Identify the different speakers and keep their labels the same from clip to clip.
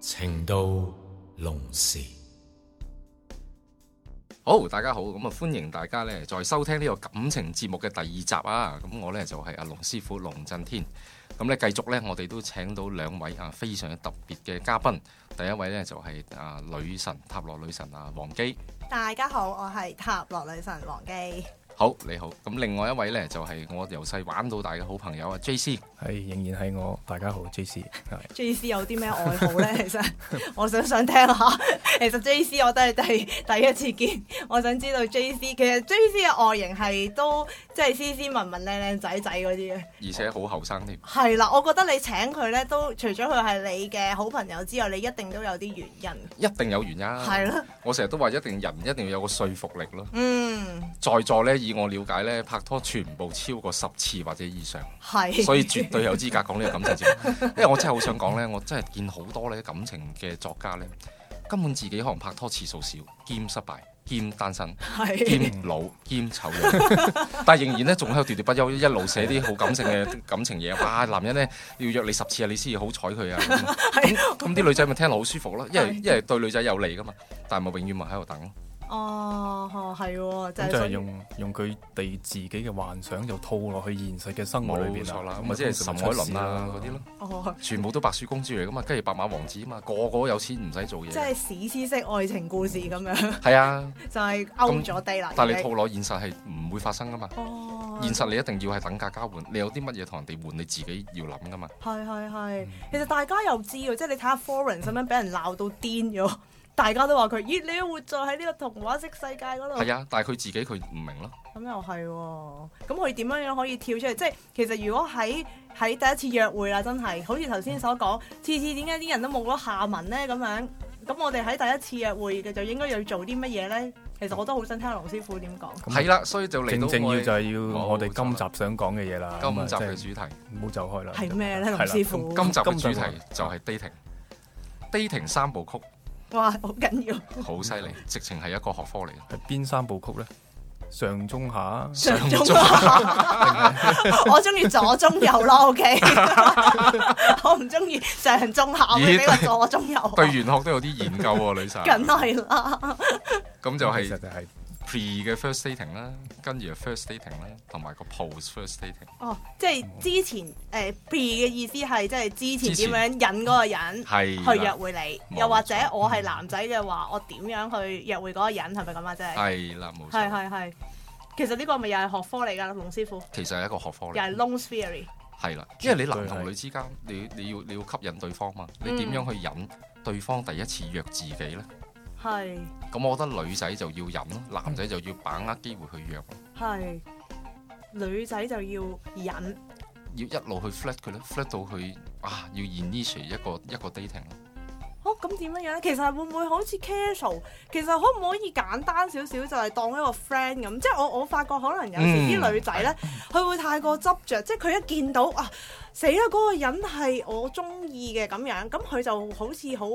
Speaker 1: 情到濃時，
Speaker 2: 好，大家好，咁啊歡迎大家咧，再收聽呢個感情節目嘅第二集啊！咁我咧就係、阿龍師傅龍震天，咁咧繼續咧，我哋都請到兩位啊非常特別嘅嘉賓，第一位咧就係、啊女神塔羅女神啊黃姬，
Speaker 3: 大家好，我係塔羅女神王姬。
Speaker 2: 好你好，咁另外一位咧就係、我由細玩到大嘅好朋友啊 J C，
Speaker 4: 係仍然係我，大家好 J C，係
Speaker 3: J C 有啲咩愛好呢？ 其實我想想聽下。 其實 J C 我都係第第一次見，我想知道 J C 其實 J C 嘅外形係都即係斯斯文文、靚靚仔仔嗰啲嘅。
Speaker 2: 而且好後生添，
Speaker 3: 係啦，我覺得你請佢呢，都除咗佢係你嘅好朋友之外，你一定都有啲原因。
Speaker 2: 一定有原因。
Speaker 3: 係咯，
Speaker 2: 我成日都話一定人一定要有個說服力咯。
Speaker 3: 嗯，
Speaker 2: 在座咧，以我了解咧，拍拖全部超過十次或者以上。
Speaker 3: 係。
Speaker 2: 所以絕對有資格講呢個感情節目，因為我真係好想講呢，我真係見好多呢感情嘅作家呢，根本自己可能拍拖次數少，兼失敗，兼單身，
Speaker 3: 係
Speaker 2: 兼 老，兼醜樣，但係仍然呢，仲喺度喋喋不休，一路寫啲好感性嘅感情嘢。哇，男人呢，要約你十次啊，你先至好彩佢啊。 咁咁咁啲女仔咪聽落好舒服咯，因為
Speaker 3: 係
Speaker 2: 因為對女仔有利噶嘛，但係咪永遠咪喺度等咯。
Speaker 3: 哦，哦係喎，就
Speaker 4: 咁就
Speaker 3: 係
Speaker 4: 係
Speaker 3: 信
Speaker 4: 用用佢哋自己嘅幻想就套落去現實嘅生活裏
Speaker 2: 冇
Speaker 4: 邊
Speaker 2: 錯啦，
Speaker 4: 咁
Speaker 2: 咪
Speaker 4: 啊
Speaker 2: 即係岑
Speaker 4: 通常
Speaker 2: 海
Speaker 4: 會出事
Speaker 2: 倫啊嗰啲咯，
Speaker 3: 哦，
Speaker 2: 全部都白雪公主嚟噶嘛，跟住白馬王子啊嘛，個個都有錢唔使做嘢。
Speaker 3: 即係史詩式愛情故事咁樣。
Speaker 2: 係啊，
Speaker 3: 就係勾咗地啦。
Speaker 2: 但係
Speaker 3: 已
Speaker 2: 你套
Speaker 3: 經
Speaker 2: 落現實係唔會發生噶嘛。
Speaker 3: 哦，
Speaker 2: 現實你一定要係等價交換，你有啲乜嘢同人哋換，你自己要諗噶嘛。
Speaker 3: 係係
Speaker 2: 嗯
Speaker 3: 係，其實大家又知喎，即係你睇下 Foreign 咁樣俾人鬧到癲咗， 大家都話佢，咦你活在喺呢個童話式世界嗰度，
Speaker 2: 係啊，但係佢自己佢唔明咯。
Speaker 3: 咁又係喎，咁佢點樣樣可以跳出嚟？即係其實如果喺喺第一次約會啦，啊真係好似頭先所講，次次點解啲人都冇咗下文呢？咁樣？咁我哋喺第一次約會嘅就應該要做啲乜嘢呢？其實我都好想聽龍師傅點講。
Speaker 4: 咁啊
Speaker 2: 係啦，所以就嚟到
Speaker 4: 正正
Speaker 2: 我
Speaker 4: 要
Speaker 2: 哋
Speaker 4: 就係要我哋
Speaker 2: 冇錯
Speaker 4: 今
Speaker 2: 啦
Speaker 4: 集想講嘅嘢啦，咁啊
Speaker 2: 今集嘅
Speaker 4: 即係
Speaker 2: 主題。
Speaker 4: 唔好走開啦。
Speaker 3: 係咩呢
Speaker 4: 係啦
Speaker 3: 林師傅
Speaker 2: 今集嘅
Speaker 4: 今集
Speaker 2: 主題
Speaker 4: 我
Speaker 2: 就係 dating。dating 三部曲
Speaker 3: 哇，好緊要！
Speaker 2: 好犀利，直情係一個學科嚟嘅。
Speaker 4: 係邊三部曲咧？上中下，
Speaker 3: 上中下， 我中意左中右咯，OK，我唔中意上中下，我會俾個左中右。
Speaker 2: 對玄學都有啲研究喎，女 神。
Speaker 3: 梗係啦，
Speaker 2: 咁就
Speaker 4: 其實
Speaker 2: 係
Speaker 4: 就係
Speaker 2: pre 嘅 first dating 啦，跟住就 first dating 啦，同埋個 post first dating。
Speaker 3: 哦，即係之前誒、pre 嘅意思係即係之前點樣引嗰個人
Speaker 2: 係啦
Speaker 3: 去約會你，
Speaker 2: 冇
Speaker 3: 又或者我係男仔嘅話，我點樣去約會嗰個人係咪咁啊？即係
Speaker 2: 係啦，冇
Speaker 3: 係
Speaker 2: 錯。
Speaker 3: 係係，其實呢個咪又係學科嚟㗎，龍師傅
Speaker 2: 其實係一個學科
Speaker 3: 又
Speaker 2: 嚟。
Speaker 3: 係 long theory，
Speaker 2: 係啦，因為你男同
Speaker 4: 絕對
Speaker 2: 女
Speaker 4: 係
Speaker 2: 之間，你你要你要吸引對方嘛，你
Speaker 3: 嗯
Speaker 2: 點樣去引對方第一次約自己呢？
Speaker 3: 係
Speaker 2: 咁我覺得女仔就要引
Speaker 3: 嗯
Speaker 2: 咯，男仔就要把握機會去約，
Speaker 3: 係女仔就要引。
Speaker 2: 要一路去 flat 佢咧，flat 到佢啊要 initiate 一個一個 dating 咯。
Speaker 3: 哦，咁點樣樣咧？其實會唔會好似 casual？其實可唔可以簡單少少，就係當一個 friend 咁？即係我我發覺可能有時啲女仔咧，佢、會太過執着，即係佢一見到啊死啦嗰、個人係我中意嘅咁樣，咁佢就好似好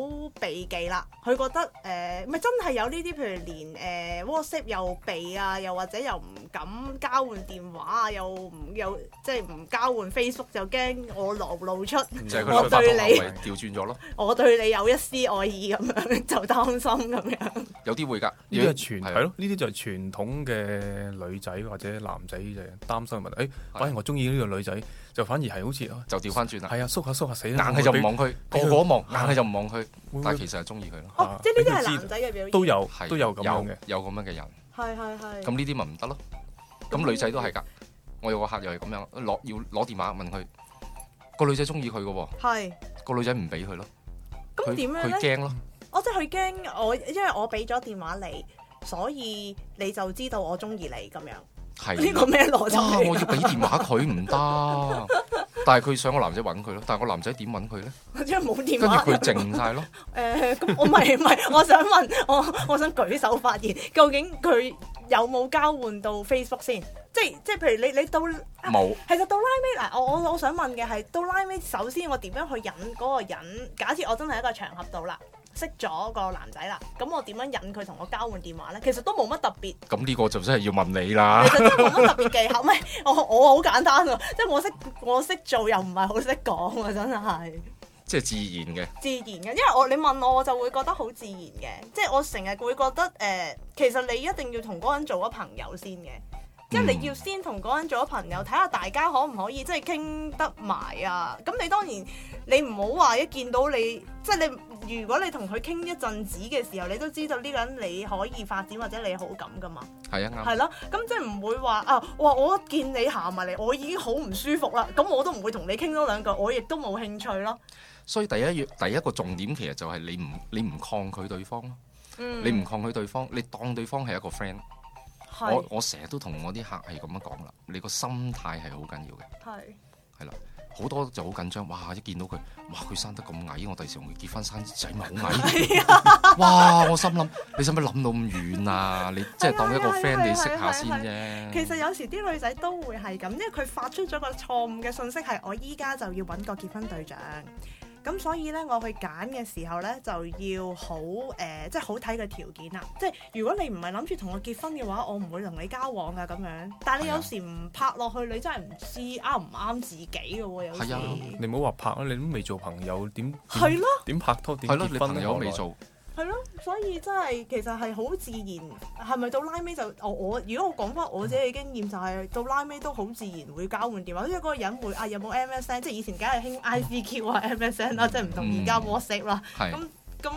Speaker 3: 避忌啦。佢覺得誒，咪、真係有呢啲，譬如連誒、呃 WhatsApp 又避啊，又或者又唔敢交換電話啊，又唔又即係唔交換 Facebook 就驚我流露出。
Speaker 2: 就係佢
Speaker 3: 我
Speaker 2: 兩百
Speaker 3: 對你
Speaker 2: 咪調轉咗咯，
Speaker 3: 我對你有一絲愛意咁樣，就擔心咁樣。
Speaker 2: 有啲會㗎。
Speaker 4: 呢啲係傳
Speaker 2: 係啊
Speaker 4: 係咯，呢啲就係傳統嘅女仔或者男仔就係擔心嘅問題。誒，反而我中意呢個女仔，就反而係好似啊
Speaker 2: 就調翻轉啦，
Speaker 4: 係啊，縮下縮下死
Speaker 2: 硬
Speaker 4: 啦，
Speaker 2: 係就唔望佢，個
Speaker 4: 俾佢啊
Speaker 2: 個都望，硬係就唔望佢
Speaker 4: 會，
Speaker 2: 但係其實係中意佢咯。
Speaker 3: 哦，即係呢啲係男仔嘅表現。
Speaker 4: 都有
Speaker 2: 係
Speaker 4: 都有咁樣
Speaker 2: 有
Speaker 4: 嘅，
Speaker 2: 有咁樣嘅人，
Speaker 3: 係係係。
Speaker 2: 咁呢啲咪唔得咯。咁女仔都係㗎，我有個客又係咁樣，攞要攞電話問佢，個女仔中意佢嘅喎。
Speaker 3: 係。
Speaker 2: 個女仔唔俾佢咯，
Speaker 3: 咁
Speaker 2: 佢
Speaker 3: 點樣
Speaker 2: 佢
Speaker 3: 咧？
Speaker 2: 驚咯，
Speaker 3: 我即係佢驚我，因為我俾咗電話你，所以你就知道我中意你咁樣。呢
Speaker 2: 係
Speaker 3: 個
Speaker 2: 啦。
Speaker 3: 咩邏輯
Speaker 2: 哇！
Speaker 3: 嚟
Speaker 2: 我要俾電話佢唔 得，但係佢想個男仔揾佢咯，但係個男仔點揾佢咧？
Speaker 3: 㗎？即係冇
Speaker 2: 跟
Speaker 3: 電
Speaker 2: 住
Speaker 3: 話。
Speaker 2: 佢靜晒咯，
Speaker 3: 誒，咁我咪咪， 我想問，我我想舉手發言，究竟佢有冇交換到 Facebook 先？即係即係，譬如你你到
Speaker 2: 冇
Speaker 3: 其實到拉尾嗱，我我我想問嘅係到拉尾，首先我點樣去引嗰個人？假設我真係喺一個場合度啦，識咗個男仔啦，咁我點樣引佢同我交換電話呢？其實都冇乜特別，
Speaker 2: 咁呢個就真係要問你啦
Speaker 3: 其。實真係冇乜特別技巧。唔係啊我我好簡單喎，即係我識我識做又唔係好識講喎，真係。
Speaker 2: 即係自然嘅。
Speaker 3: 自然嘅，因為我你問我，我就會覺得好自然嘅，即係我成日會覺得誒、呃其實你一定要同嗰個人做咗朋友先嘅，即係你要先同嗰個人做咗朋友，睇下大家可唔可以即係傾得埋啊？咁你當然你唔好話一見到你，即係你如果你同佢傾一陣子嘅時候，你都知道呢個人你可以發展或者你好感噶嘛。
Speaker 2: 係啊，啱。
Speaker 3: 係咯，咁即係唔會話啊，哇！我一見你行埋嚟，我已經好唔舒服啦，咁我都唔會同你傾多兩句，我亦都冇興趣咯。
Speaker 2: 所以第一樣第一個重點其實就係你唔你唔抗拒對方咯，
Speaker 3: 嗯，
Speaker 2: 你唔抗拒對方，你當對方係一個 friend。我
Speaker 3: 係
Speaker 2: 我成日都同我啲客係咁樣講啦，你個心態係好緊要嘅，
Speaker 3: 係
Speaker 2: 係啦。好多就好緊張，哇！一見到佢，哇！佢生得咁矮，我第時同佢結婚生仔咪 好矮。
Speaker 3: 啊
Speaker 2: 哇！我心諗，你使唔使諗到咁遠啊？你即係當一個
Speaker 3: 係啊
Speaker 2: friend，你
Speaker 3: 係啊
Speaker 2: 識下先
Speaker 3: 係啊
Speaker 2: 啫。
Speaker 3: 其實有時啲女仔都會係咁，因為佢發出咗個錯誤嘅信息係我依家就要揾個結婚對象。咁所以呢，我去揀嘅時候呢，就要好誒、呃即係好睇個條件啦。即係如果你唔係諗住同我結婚嘅話，我唔會同你交往噶咁樣。但係你
Speaker 2: 係啊
Speaker 3: 有時唔拍落去，你真係唔知啱唔啱自己嘅喎。有時
Speaker 2: 係啊
Speaker 4: 你唔好話拍啦，你都未做朋友，點點
Speaker 3: 係咯
Speaker 4: 點拍拖點
Speaker 2: 係咯，你
Speaker 4: 結婚啊
Speaker 2: 朋
Speaker 4: 咧
Speaker 2: 友
Speaker 4: 何來
Speaker 2: 未做，
Speaker 3: 係咯，所以真係其實係好自然，係咪到拉尾就我我如果我講翻我自己嘅經驗就係、到拉尾都好自然會交換電話，因為嗰個人會啊有冇 MSN，即係以前梗係興 ICQ 啊 MSN 啦，即係唔同而家
Speaker 2: 嗯
Speaker 3: WhatsApp 啦，
Speaker 2: 係
Speaker 3: 咁咁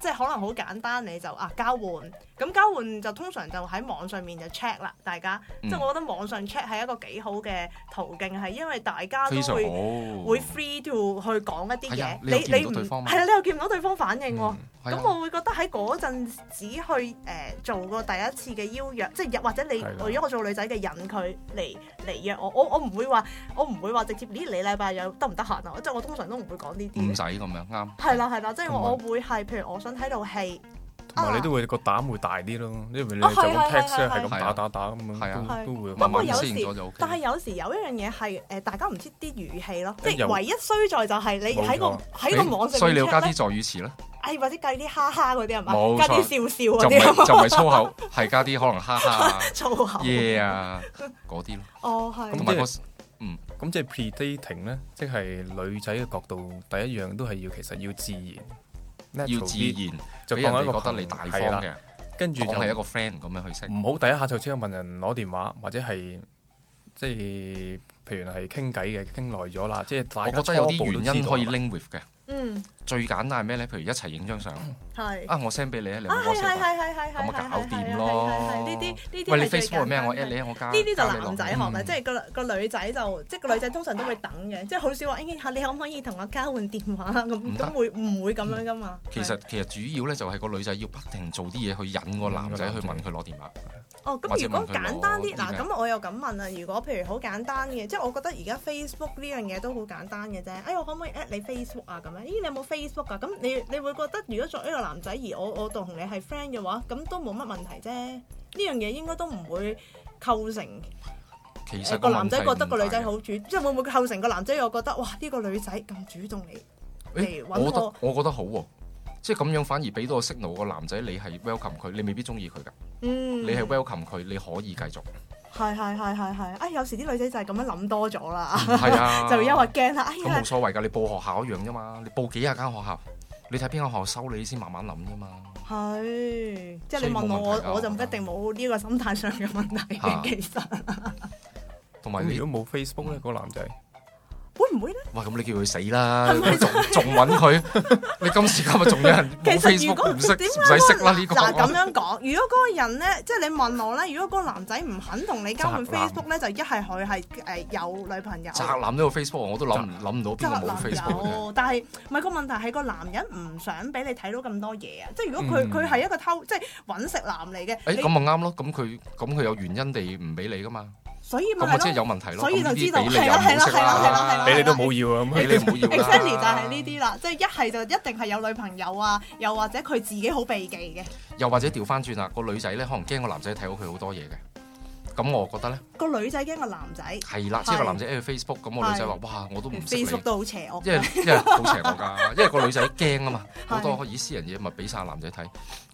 Speaker 3: 即係可能好簡單你就啊交換，咁交換就通常就喺網上面就 check 啦，大家、
Speaker 2: 嗯
Speaker 3: 即係我覺得網上 check 係一個幾好嘅途徑，係因為大家都
Speaker 2: 非常
Speaker 3: 會。
Speaker 2: 好。
Speaker 3: 會 free to 去講一啲
Speaker 2: 係
Speaker 3: 嘢
Speaker 2: 啊，
Speaker 3: 你
Speaker 2: 你又見唔到
Speaker 3: 唔
Speaker 2: 對方嘛
Speaker 3: 係啊，你又見唔到對方反應喎。
Speaker 2: 係
Speaker 3: 咁
Speaker 2: 啊
Speaker 3: 我會覺得喺嗰陣只去誒、呃做過第一次嘅邀約，即係或者你
Speaker 4: 係啦
Speaker 3: 如果我做女仔嘅引佢嚟嚟約我，我我唔會話我唔會話直接呢你禮拜有得唔得閒啊？即係我通常都唔會講呢
Speaker 2: 五
Speaker 3: 啲嘅。
Speaker 2: 仔咁樣啱。
Speaker 3: 係啦係啦，即係我我
Speaker 4: 同
Speaker 3: 會係譬如我想睇套戲，
Speaker 4: 同埋
Speaker 3: 啊
Speaker 4: 你都會個膽會大啲咯，因為你就
Speaker 3: 啊係
Speaker 4: 咁
Speaker 3: 係
Speaker 4: text
Speaker 3: 係
Speaker 4: 係咁
Speaker 2: 係
Speaker 4: 打打打咁
Speaker 2: 係
Speaker 4: 樣
Speaker 2: 啊
Speaker 4: 都都會
Speaker 3: 不過
Speaker 2: 慢慢
Speaker 3: 有
Speaker 2: 適應
Speaker 3: 時
Speaker 2: 咗就 OK。
Speaker 3: 但係有時有一樣嘢係誒大家唔知啲語氣咯，即
Speaker 4: 有
Speaker 3: 係唯一衰在就係你喺
Speaker 4: 冇
Speaker 3: 個
Speaker 4: 錯
Speaker 3: 喺個網上
Speaker 2: 所以
Speaker 3: 面
Speaker 2: 你要
Speaker 3: check
Speaker 2: 加
Speaker 3: 咧
Speaker 2: 啲助語詞啦，
Speaker 3: 哎，或者計啲哈哈嗰啲係嘛，
Speaker 2: 冇
Speaker 3: 加啲
Speaker 2: 錯
Speaker 3: 笑
Speaker 2: 就
Speaker 3: 笑嗰
Speaker 2: 唔
Speaker 3: 啲
Speaker 2: 係
Speaker 3: 啊
Speaker 2: 就唔係粗口，係加啲可能哈哈 啊、
Speaker 3: 粗口。
Speaker 2: 耶啊嗰啲咯。
Speaker 3: 哦，係。
Speaker 2: 同
Speaker 4: 咁
Speaker 2: 埋個
Speaker 4: 咁即係 predating 咧，即係女仔嘅角度，第一樣都係要其實要自然，
Speaker 2: 要
Speaker 4: natural
Speaker 2: 自
Speaker 4: 啲
Speaker 2: 然，
Speaker 4: 就
Speaker 2: 俾人
Speaker 4: 當一個
Speaker 2: 哋覺得你大方
Speaker 4: 朋友係啦
Speaker 2: 嘅，
Speaker 4: 跟住
Speaker 2: 當
Speaker 4: 就
Speaker 2: 係一個 friend 咁樣去識。
Speaker 4: 唔好第一下就即刻問人攞電話，或者係即係譬如係傾偈嘅，傾耐咗啦，即係大
Speaker 2: 我覺
Speaker 4: 家
Speaker 2: 得有啲
Speaker 4: 初步都
Speaker 2: 原因
Speaker 4: 知道
Speaker 2: 可以
Speaker 4: 啦
Speaker 2: 拎 with 嘅，
Speaker 3: 嗯，
Speaker 2: 最簡單係咩咧？譬如一齊影張相，啊
Speaker 3: 係。
Speaker 2: 我 send 俾你啊，你有
Speaker 3: 嗯啊，
Speaker 2: 冇
Speaker 3: 係係
Speaker 2: WhatsApp 啊
Speaker 3: 係係係係，
Speaker 2: 咁啊搞掂咯
Speaker 3: 係係係係呢啲呢啲
Speaker 2: 喂，你
Speaker 3: 係最
Speaker 2: Facebook 係咩啊？
Speaker 3: 簡單
Speaker 2: 我
Speaker 3: 嘅
Speaker 2: at 你啊，我加
Speaker 3: 呢啲
Speaker 2: 加
Speaker 3: 就
Speaker 2: 你落
Speaker 3: 男仔學啦，
Speaker 2: 嗯
Speaker 3: 即係個個女仔就即係個女仔通常都會等嘅，即係好少話，誒你可唔可以同我交換電話啊咁
Speaker 2: 唔得
Speaker 3: 咁會唔會咁樣噶嘛？
Speaker 2: 其實其實主要咧就係個女仔要不停做啲嘢去引個男仔去問佢攞電話，
Speaker 3: 哦，
Speaker 2: 或
Speaker 3: 咁
Speaker 2: 者
Speaker 3: 如果
Speaker 2: 問佢攞
Speaker 3: 簡單啲，嗱，
Speaker 2: email
Speaker 3: 咁我又咁問啦。啊如果譬如好簡單嘅，即係我覺得而家 Facebook 呢樣嘢都好簡單嘅啫。哎，我可唔可以 at 你 Facebook 啊？咁樣，咦，你有冇 Facebook 啊？咁你你會覺得如果作為一個男仔而我我同你係 friend 嘅話，咁都冇乜問題啫。呢樣嘢應該都唔會構成
Speaker 2: 其
Speaker 3: 誒
Speaker 2: 實
Speaker 3: 個男
Speaker 2: 問
Speaker 3: 仔
Speaker 2: 題
Speaker 3: 覺得個女
Speaker 2: 唔大
Speaker 3: 仔
Speaker 2: 嘅
Speaker 3: 好主，即係會唔會構成個男仔又覺得哇呢個女仔咁主動嚟？
Speaker 2: 誒
Speaker 3: 嚟
Speaker 2: 我
Speaker 3: 揾
Speaker 2: 覺得
Speaker 3: 我
Speaker 2: 我覺得好喎、即係咁樣反而俾到個 signal 個男仔，你係 welcome 佢，你未必中意佢㗎，
Speaker 3: 嗯，
Speaker 2: 你係 welcome 佢，你可以繼 續，
Speaker 3: 係係係係係。哎，有時啲女仔就係咁樣諗多咗啦，
Speaker 2: 係啊，
Speaker 3: 就因為驚啦。哎
Speaker 2: 咁
Speaker 3: 呀
Speaker 2: 冇，所謂㗎，你報學校一樣啫嘛，你報幾廿間學校，你睇邊間學校收你先慢慢諗啫嘛，
Speaker 3: 係，即係
Speaker 2: 所以
Speaker 3: 你問
Speaker 2: 冇
Speaker 3: 我
Speaker 2: 問題，㗎
Speaker 3: 我我就
Speaker 2: 我覺得
Speaker 3: 一定冇呢個心態上嘅問題
Speaker 2: 嚇
Speaker 3: 嘅。其實
Speaker 2: 同埋
Speaker 4: 咁
Speaker 2: 你
Speaker 4: 如果冇 Facebook
Speaker 3: 嗯
Speaker 4: 咧，嗰個男仔
Speaker 3: 會唔會咧？
Speaker 2: 喂咁你叫佢死啦，
Speaker 3: 係咪
Speaker 2: 你仲仲揾佢， 你今時今日仲有人
Speaker 3: 其
Speaker 2: 冇
Speaker 3: 實如果
Speaker 2: Facebook
Speaker 3: 點
Speaker 2: 唔
Speaker 3: 解
Speaker 2: 識
Speaker 3: 嗰
Speaker 2: 唔
Speaker 3: 個
Speaker 2: 使識啦呢個，
Speaker 3: 嗱咁樣講，如果嗰個人咧，即係你問我咧，如果嗰個男仔唔肯同你交換
Speaker 4: 宅男
Speaker 3: Facebook 咧，就一係佢係誒有女朋友。
Speaker 2: 宅男都有 Facebook，我都諗唔諗唔到
Speaker 3: 宅
Speaker 2: 邊個冇
Speaker 3: 男哦
Speaker 2: Facebook 嘅。
Speaker 3: 有，但係唔係個問題係個男人唔想俾你睇到咁多嘢啊！即係如果佢
Speaker 4: 嗯
Speaker 3: 佢係一個偷即係揾食男嚟嘅，
Speaker 2: 誒
Speaker 3: 你
Speaker 2: 咁咪啱咯，咁佢咁佢有原因地唔俾你㗎嘛，
Speaker 3: 所以
Speaker 2: 咁
Speaker 3: 咪
Speaker 2: 咪
Speaker 3: 係
Speaker 2: 即係
Speaker 3: 咯。
Speaker 2: 有問題咯。
Speaker 3: 所以
Speaker 2: 咁呢
Speaker 3: 就
Speaker 2: 啲
Speaker 3: 知道
Speaker 2: 俾你
Speaker 3: 係
Speaker 2: 又
Speaker 3: 啦
Speaker 2: 唔好識
Speaker 3: 係啦係啦係啦
Speaker 4: 俾
Speaker 2: 俾
Speaker 4: 你都冇要啊
Speaker 2: 你
Speaker 4: 咁。
Speaker 2: 你唔好要啦。
Speaker 3: exactly 就係呢啲啦，即係一係就一定係有女朋友啊，又或者佢自己好避忌嘅。
Speaker 2: 又或者調翻轉啦，個女仔咧可能驚個男仔睇到佢好多嘢嘅。咁我覺得咧
Speaker 3: 個女仔驚個男仔
Speaker 2: 係啦，
Speaker 3: 係
Speaker 2: 即係個男仔喺 Facebook，咁個女仔話：哇，我都唔識你，
Speaker 3: ，Facebook 都好邪惡。
Speaker 2: 因為因為好邪惡 㗎，因為個女仔驚啊嘛，
Speaker 3: 係
Speaker 2: 好多以私人嘢咪俾晒男仔睇。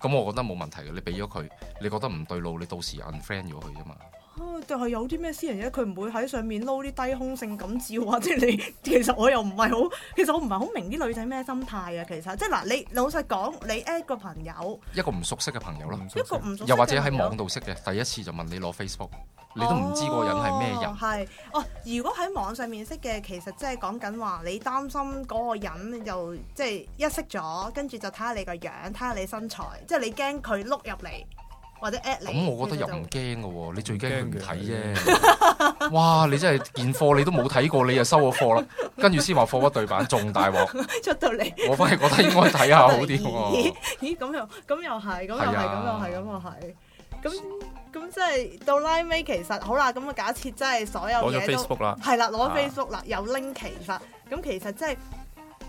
Speaker 2: 咁我覺得冇問題嘅，你俾咗佢，你覺得唔對路，你到時 unfriend 咗佢啫嘛。
Speaker 3: 啊但係有啲咩私人嘢，佢唔會喺上面撈啲低空性感照啊！ 即係你，其實我又唔係好，其實我唔係好明啲女仔咩心態啊！其實即係嗱，你老實講，你 at 個朋友，
Speaker 2: 一個唔熟悉嘅朋友啦，
Speaker 4: 唔熟
Speaker 3: 一
Speaker 4: 悉
Speaker 3: 個唔熟悉嘅
Speaker 2: 又或者喺
Speaker 3: 朋友
Speaker 2: 網度識嘅，第一次就問你攞 Facebook，你都唔知嗰個人係咩人
Speaker 3: 哦。係哦，如果喺網上面識嘅，其實即係講緊話，你擔心嗰個人又即係一識咗，跟住就睇下你個樣，睇下你身材，即係你驚佢碌入嚟或者 at 你。
Speaker 2: 咁我覺得
Speaker 3: 其實
Speaker 2: 又
Speaker 3: 就
Speaker 2: 唔驚嘅喎，你最驚佢唔睇
Speaker 4: 唔
Speaker 2: 啫。 哇！你真係件貨你都冇睇過，你就收咗貨啦，跟住先話貨不對版，仲大鑊。
Speaker 3: 出到嚟。
Speaker 2: 我反而覺得應該睇下好啲
Speaker 3: 咦
Speaker 2: 喎。
Speaker 3: 咦，咁又咁又係，咁又係，
Speaker 2: 係
Speaker 3: 咁
Speaker 2: 啊
Speaker 3: 又係，咁又係，咁咁即係到拉尾，其實好啦，咁啊假設真係所有
Speaker 4: 攞咗
Speaker 3: 嘢都
Speaker 4: Facebook 啦，
Speaker 3: 係啦，攞
Speaker 4: 啊
Speaker 3: Facebook 啦，有 link 其實，咁其實即係。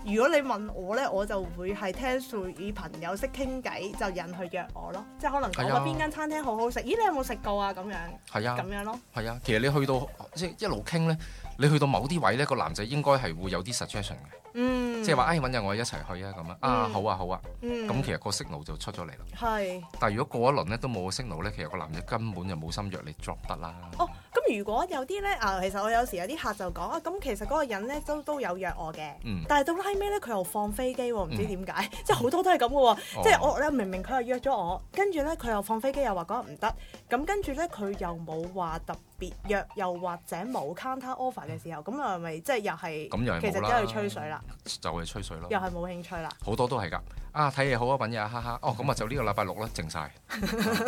Speaker 3: 如果你問我咧，我就會係聽數以朋友識傾偈就引佢約我咯，即係可能講
Speaker 2: 係
Speaker 3: 話
Speaker 2: 啊
Speaker 3: 邊間餐廳好好食，咦你有冇食過啊咁樣
Speaker 2: 係啊
Speaker 3: 咁，樣咯，
Speaker 2: 係啊。其實你去到即係一路傾呢，你去到某啲位呢，個男仔應該係會有啲 suggestion 嘅，
Speaker 3: 嗯，
Speaker 2: 即係話：，哎，揾日我哋一齊去啊咁啊。啊，
Speaker 3: 嗯
Speaker 2: 好啊，好啊。
Speaker 3: 嗯，
Speaker 2: 咁其實個 signal 就出咗嚟啦。
Speaker 3: 係。
Speaker 2: 但係如果過一輪呢都冇個 signal 呢，其實個男仔根本就冇心約你 drop 得啦。
Speaker 3: 哦，咁如果有啲咧啊，其實我有時有啲客就講啊，咁其實嗰個人咧都都有約我嘅，
Speaker 2: 嗯
Speaker 3: 但係到拉尾咧佢又放飛機喎，唔知點解， 即係好多都係咁嘅喎，
Speaker 2: 哦
Speaker 3: 即係我咧明明佢係約咗我，跟住咧佢又放飛機又話嗰日唔得，咁跟住咧佢又冇話特別約，又或者冇 counter offer 嘅時候，咁啊咪即係又係
Speaker 2: 咁又係
Speaker 3: 其實
Speaker 2: 冇
Speaker 3: 都
Speaker 2: 啦嗯
Speaker 3: 係吹水啦，
Speaker 2: 就係吹水咯。
Speaker 3: 又係冇興趣啦，
Speaker 2: 好多都係㗎。啊，睇嘢好啊，揾嘢啊，哈
Speaker 3: 嗯
Speaker 2: 哈。哦，咁啊就呢個禮拜六啦，靜晒。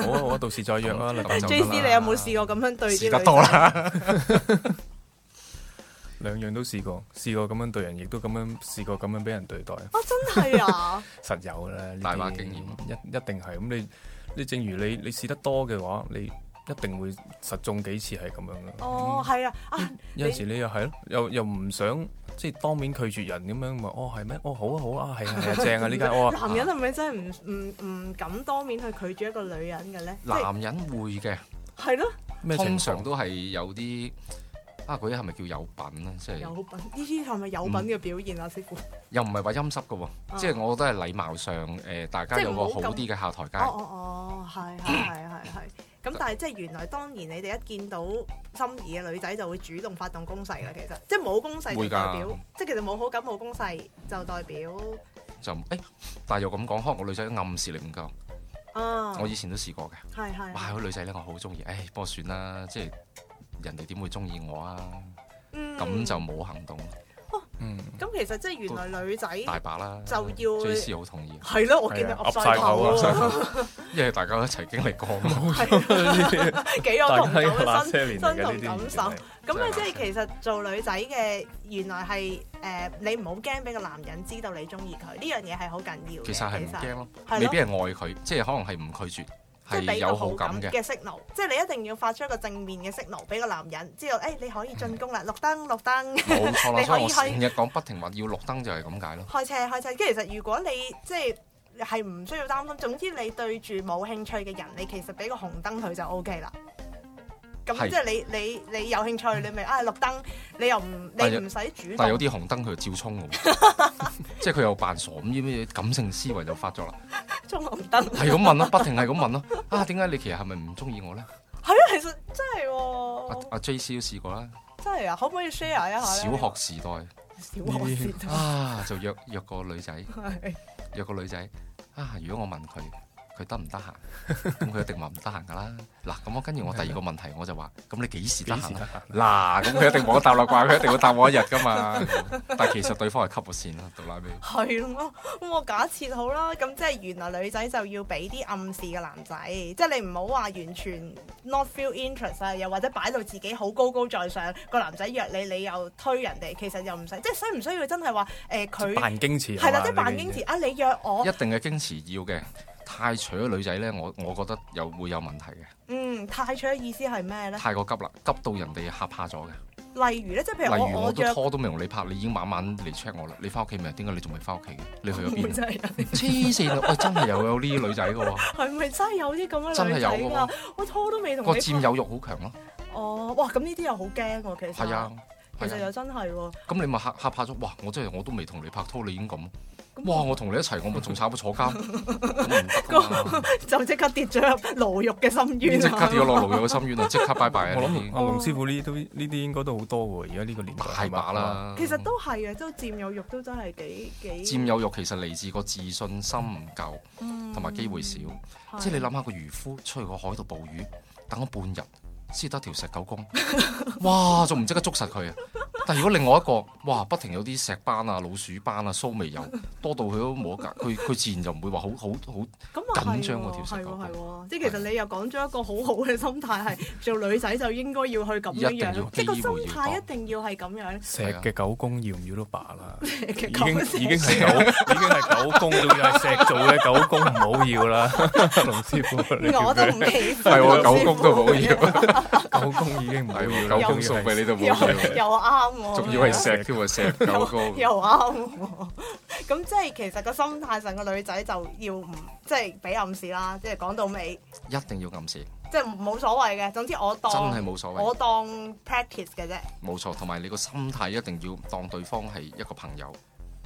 Speaker 4: 好啊好啊，到時再約啦，禮拜
Speaker 2: 就
Speaker 4: 就
Speaker 2: 咁啦
Speaker 3: J C 你有冇試過咁樣對啲
Speaker 2: 試
Speaker 3: 女
Speaker 2: 得
Speaker 3: 仔
Speaker 2: 多啦，
Speaker 4: 兩樣都試過，試過咁樣對人，亦都咁樣試過咁樣俾人對待，
Speaker 3: 啊，真係啊，
Speaker 4: 實有㗎啦，呢啲
Speaker 2: 大把經驗
Speaker 4: 一一定係咁。你你正如你你試得多嘅話，你一定會實中幾次係咁樣嘅。
Speaker 3: 哦
Speaker 2: 嗯
Speaker 3: 係啊，啊
Speaker 4: 有陣時你又係咯，又又唔想即係當面拒絕人咁樣，咪哦係咩？哦好啊好啊，啊係啊係啊 正啊呢間哦啊。
Speaker 3: 男人係咪真係唔唔唔敢當面去拒絕一個女人嘅咧？即係
Speaker 2: 男人會嘅，
Speaker 3: 係咯，
Speaker 4: 咩情
Speaker 2: 通
Speaker 4: 況
Speaker 2: 常？都係有啲啊，嗰啲係咪叫有品咧？即
Speaker 3: 有
Speaker 2: 係
Speaker 3: 品呢啲係咪有品嘅表現啊？師傅，
Speaker 2: 又唔係話陰濕嘅
Speaker 3: 啊
Speaker 2: 喎，即係我覺得係禮貌上誒，大家
Speaker 3: 即係
Speaker 2: 有個
Speaker 3: 唔好
Speaker 2: 好
Speaker 3: 咁
Speaker 2: 啲嘅下台
Speaker 3: 哦
Speaker 2: 階。
Speaker 3: 哦哦，係係係係係。咁但係即係原來當然你哋一見到心儀嘅女仔就會主動發動攻勢啦，其實即係冇攻勢就
Speaker 2: 會㗎
Speaker 3: 代表，即係其實冇好感冇攻勢就代表
Speaker 2: 就誒，但係又咁講，可能個女仔暗示力唔
Speaker 3: 哦
Speaker 2: 夠。
Speaker 3: 啊，
Speaker 2: 我以前都試過嘅，
Speaker 3: 係係
Speaker 2: 哇！個女仔咧，我好中意，誒，不過算啦，即係人哋點會中意我啊？
Speaker 3: 嗯
Speaker 2: 咁就冇行動，
Speaker 4: 嗯，
Speaker 3: 咁其實即係原來女仔
Speaker 2: 大把啦。
Speaker 3: 就要
Speaker 2: J C 好同意，
Speaker 3: 係咯，我見你
Speaker 4: 係啊
Speaker 3: 岌
Speaker 4: 岌
Speaker 3: 晒
Speaker 4: 晒頭
Speaker 3: 頭
Speaker 4: 啊
Speaker 3: 啊，
Speaker 2: 因為大家一齊經歷過啊嘛。
Speaker 3: 啊幾有
Speaker 4: 大
Speaker 3: 同
Speaker 4: 家
Speaker 3: 感
Speaker 4: 有
Speaker 3: 嘅
Speaker 4: 那
Speaker 3: 身
Speaker 4: 些年嚟
Speaker 3: 身
Speaker 4: 嘅呢
Speaker 3: 同
Speaker 4: 啲
Speaker 3: 感
Speaker 4: 年
Speaker 3: 受
Speaker 4: 紀。
Speaker 3: 咁咧，即
Speaker 2: 真係
Speaker 3: 係其實做女仔嘅，原來係誒、你唔好驚俾個男人知道你中意佢，呢樣嘢係好緊要嘅。
Speaker 2: 其實係唔驚咯，
Speaker 3: 係咯
Speaker 2: 未必係愛佢，即係可能係唔拒絕，
Speaker 3: 即係
Speaker 2: 係
Speaker 3: 俾個
Speaker 2: 有
Speaker 3: 好
Speaker 2: 好
Speaker 3: 感
Speaker 2: 感嘅。
Speaker 3: 嘅 signal，即係你一定要發出一個正面嘅 signal 俾個男人知道，誒、你可以進攻啦，綠燈綠燈，
Speaker 2: 冇錯啦，
Speaker 3: 你
Speaker 2: 所
Speaker 3: 可
Speaker 2: 以
Speaker 3: 以
Speaker 2: 我成日講不停話要綠燈就係咁解咯。
Speaker 3: 開車開車。跟住其實如果你即係係唔需要擔心，總之你對住冇興趣嘅人，你其實俾個紅燈佢就 O K 啦。咁
Speaker 2: 係
Speaker 3: 即係你你你有興趣，你咪啊綠燈，你又唔你
Speaker 2: 但係啊
Speaker 3: 唔使主
Speaker 2: 但係有
Speaker 3: 動。
Speaker 2: 啲紅燈佢就照衝嘅喎， 即係佢又扮傻咁，啲咩感性思維就發咗啦，
Speaker 3: 衝紅燈。
Speaker 2: 係咁問啦，不停係咁問啦。啊，點解你其實係咪唔中意我咧？
Speaker 3: 係啊，其實真係
Speaker 2: 阿
Speaker 3: 喎，
Speaker 2: 阿 J C 都試過啦，
Speaker 3: 真係啊，可唔可以 share 一下
Speaker 2: 啊小
Speaker 3: 咧？
Speaker 2: 學時代
Speaker 3: 小學先得，
Speaker 2: 啊，就約約個女仔，
Speaker 3: 係
Speaker 2: 約個女仔啊，如果我問佢。佢得唔得閒？咁佢一定話唔得閒㗎啦。嗱，咁我跟住我第二個問題我就話：咁你幾時得
Speaker 4: 幾
Speaker 2: 閒
Speaker 4: 時
Speaker 2: 啊
Speaker 4: 得閒？
Speaker 2: 嗱，咁佢一定冇得答啦啩，佢一定會答我一日噶嘛。但係其實對方係吸我線啦，到拉尾。
Speaker 3: 係咯。咁我假設好啦，咁即係原來女仔就要俾啲暗示嘅男仔，即係你唔好話完全 not feel interest 啊，又或者擺到自己好高高在上，個男仔約你，你又推人哋，其實又唔使，即係需唔需要真係話誒佢
Speaker 4: 扮矜持啊
Speaker 3: 係啦，
Speaker 4: 嘛
Speaker 3: 即係扮
Speaker 4: 呢啲
Speaker 3: 矜持啊，你約我
Speaker 2: 一，定嘅矜持要嘅，太扯嘅女仔呢，我我覺得又會有問題嘅，
Speaker 3: 嗯，太取嘅意思係咩咧？
Speaker 2: 太過急啦，急到人哋嚇怕咗嘅。
Speaker 3: 例如咧，即係譬如
Speaker 2: 例如
Speaker 3: 我
Speaker 2: 我
Speaker 3: 我
Speaker 2: 都
Speaker 3: 約，
Speaker 2: 拖都未同你拍，你已經晚晚嚟 check 我啦。你翻屋企未？點解你仲未翻屋企嘅？你去 咗
Speaker 3: 會唔會
Speaker 2: 邊？啊
Speaker 3: 真係
Speaker 2: 黐線啊！喂，真係又有呢啲女仔嘅 喎，
Speaker 3: 係咪真係有啲咁
Speaker 2: 真
Speaker 3: 嘅
Speaker 2: 係有
Speaker 3: 女仔
Speaker 2: 嘅
Speaker 3: 㗎
Speaker 2: 喎？
Speaker 3: 我拖都未同
Speaker 2: 個
Speaker 3: 你
Speaker 2: 佔有欲好強咯。
Speaker 3: 哦，哇！咁呢啲又好驚喎，其實
Speaker 2: 係啊，
Speaker 3: 其實
Speaker 2: 係啊。
Speaker 3: 又真係喎。
Speaker 2: 咁你咪嚇嚇怕咗，哇！我真係我都未同你拍拖，你已經咁，
Speaker 3: 咁
Speaker 2: 哇！我同你一齊，我咪仲慘過坐 監，咁唔得㗎嘛
Speaker 3: 就即刻跌咗入牢獄嘅深
Speaker 2: 即
Speaker 3: 淵
Speaker 2: 刻
Speaker 3: 啊！
Speaker 2: 跌咗落牢獄嘅深淵啊！即刻拜拜啊！ 呢
Speaker 4: 我諗
Speaker 2: 啲
Speaker 4: 阿龍師傅呢都呢啲應該都好多喎，而家呢個年代
Speaker 2: 大
Speaker 4: 係嘛
Speaker 2: 把。啦。
Speaker 3: 其實都係嘅，都佔有欲都真係幾幾
Speaker 2: 佔有欲其實嚟自個自信心唔夠，
Speaker 3: 嗯
Speaker 2: 同埋機會少。即係你諗下個漁夫出去個海度捕魚，等咗半日先得條石狗 公，哇！仲唔即刻捉實佢啊？但如果另外一個，哇！不停有啲石斑啊、老鼠斑啊、蘇眉油，多到佢都冇得隔，佢佢自然就唔會話好好好
Speaker 3: 咁啊係
Speaker 2: 緊張喎
Speaker 3: 喎
Speaker 2: 條石
Speaker 3: 係
Speaker 2: 狗
Speaker 3: 喎
Speaker 2: 公
Speaker 3: 係喎，即係其實你又講咗一個好好嘅心態， 係做女仔就應該要去咁樣
Speaker 2: 一定要
Speaker 3: 樣，即係個
Speaker 2: 機會
Speaker 3: 心
Speaker 2: 要
Speaker 3: 態
Speaker 2: 多
Speaker 3: 一定要係咁樣。
Speaker 4: 啊石嘅狗公要唔要都罷 啦，
Speaker 3: 嘅
Speaker 4: 已經
Speaker 3: 講
Speaker 4: 已經係 狗，已經係狗公，仲要係石做嘅狗公，唔好要啦， 龍師傅，你叫
Speaker 3: 我 都唔
Speaker 4: 佢
Speaker 3: 喜歡。
Speaker 2: 係喎狗公都冇 要啊
Speaker 4: 狗公已經唔好要啦，
Speaker 2: 狗公送俾你都冇
Speaker 3: 又
Speaker 2: 要，
Speaker 3: 又啱 喎，
Speaker 2: 仲要係石添啊！石狗 公
Speaker 3: 又啱喎。 咁即係其實個心態上個女仔就要唔即係俾暗示啦，即係講到尾，
Speaker 2: 一定要暗示，
Speaker 3: 即係冇所謂嘅。總之我當
Speaker 2: 真係冇所謂
Speaker 3: 我當 practice 嘅啫。
Speaker 2: 冇錯。同埋你個心態一定要當對方係一個朋友。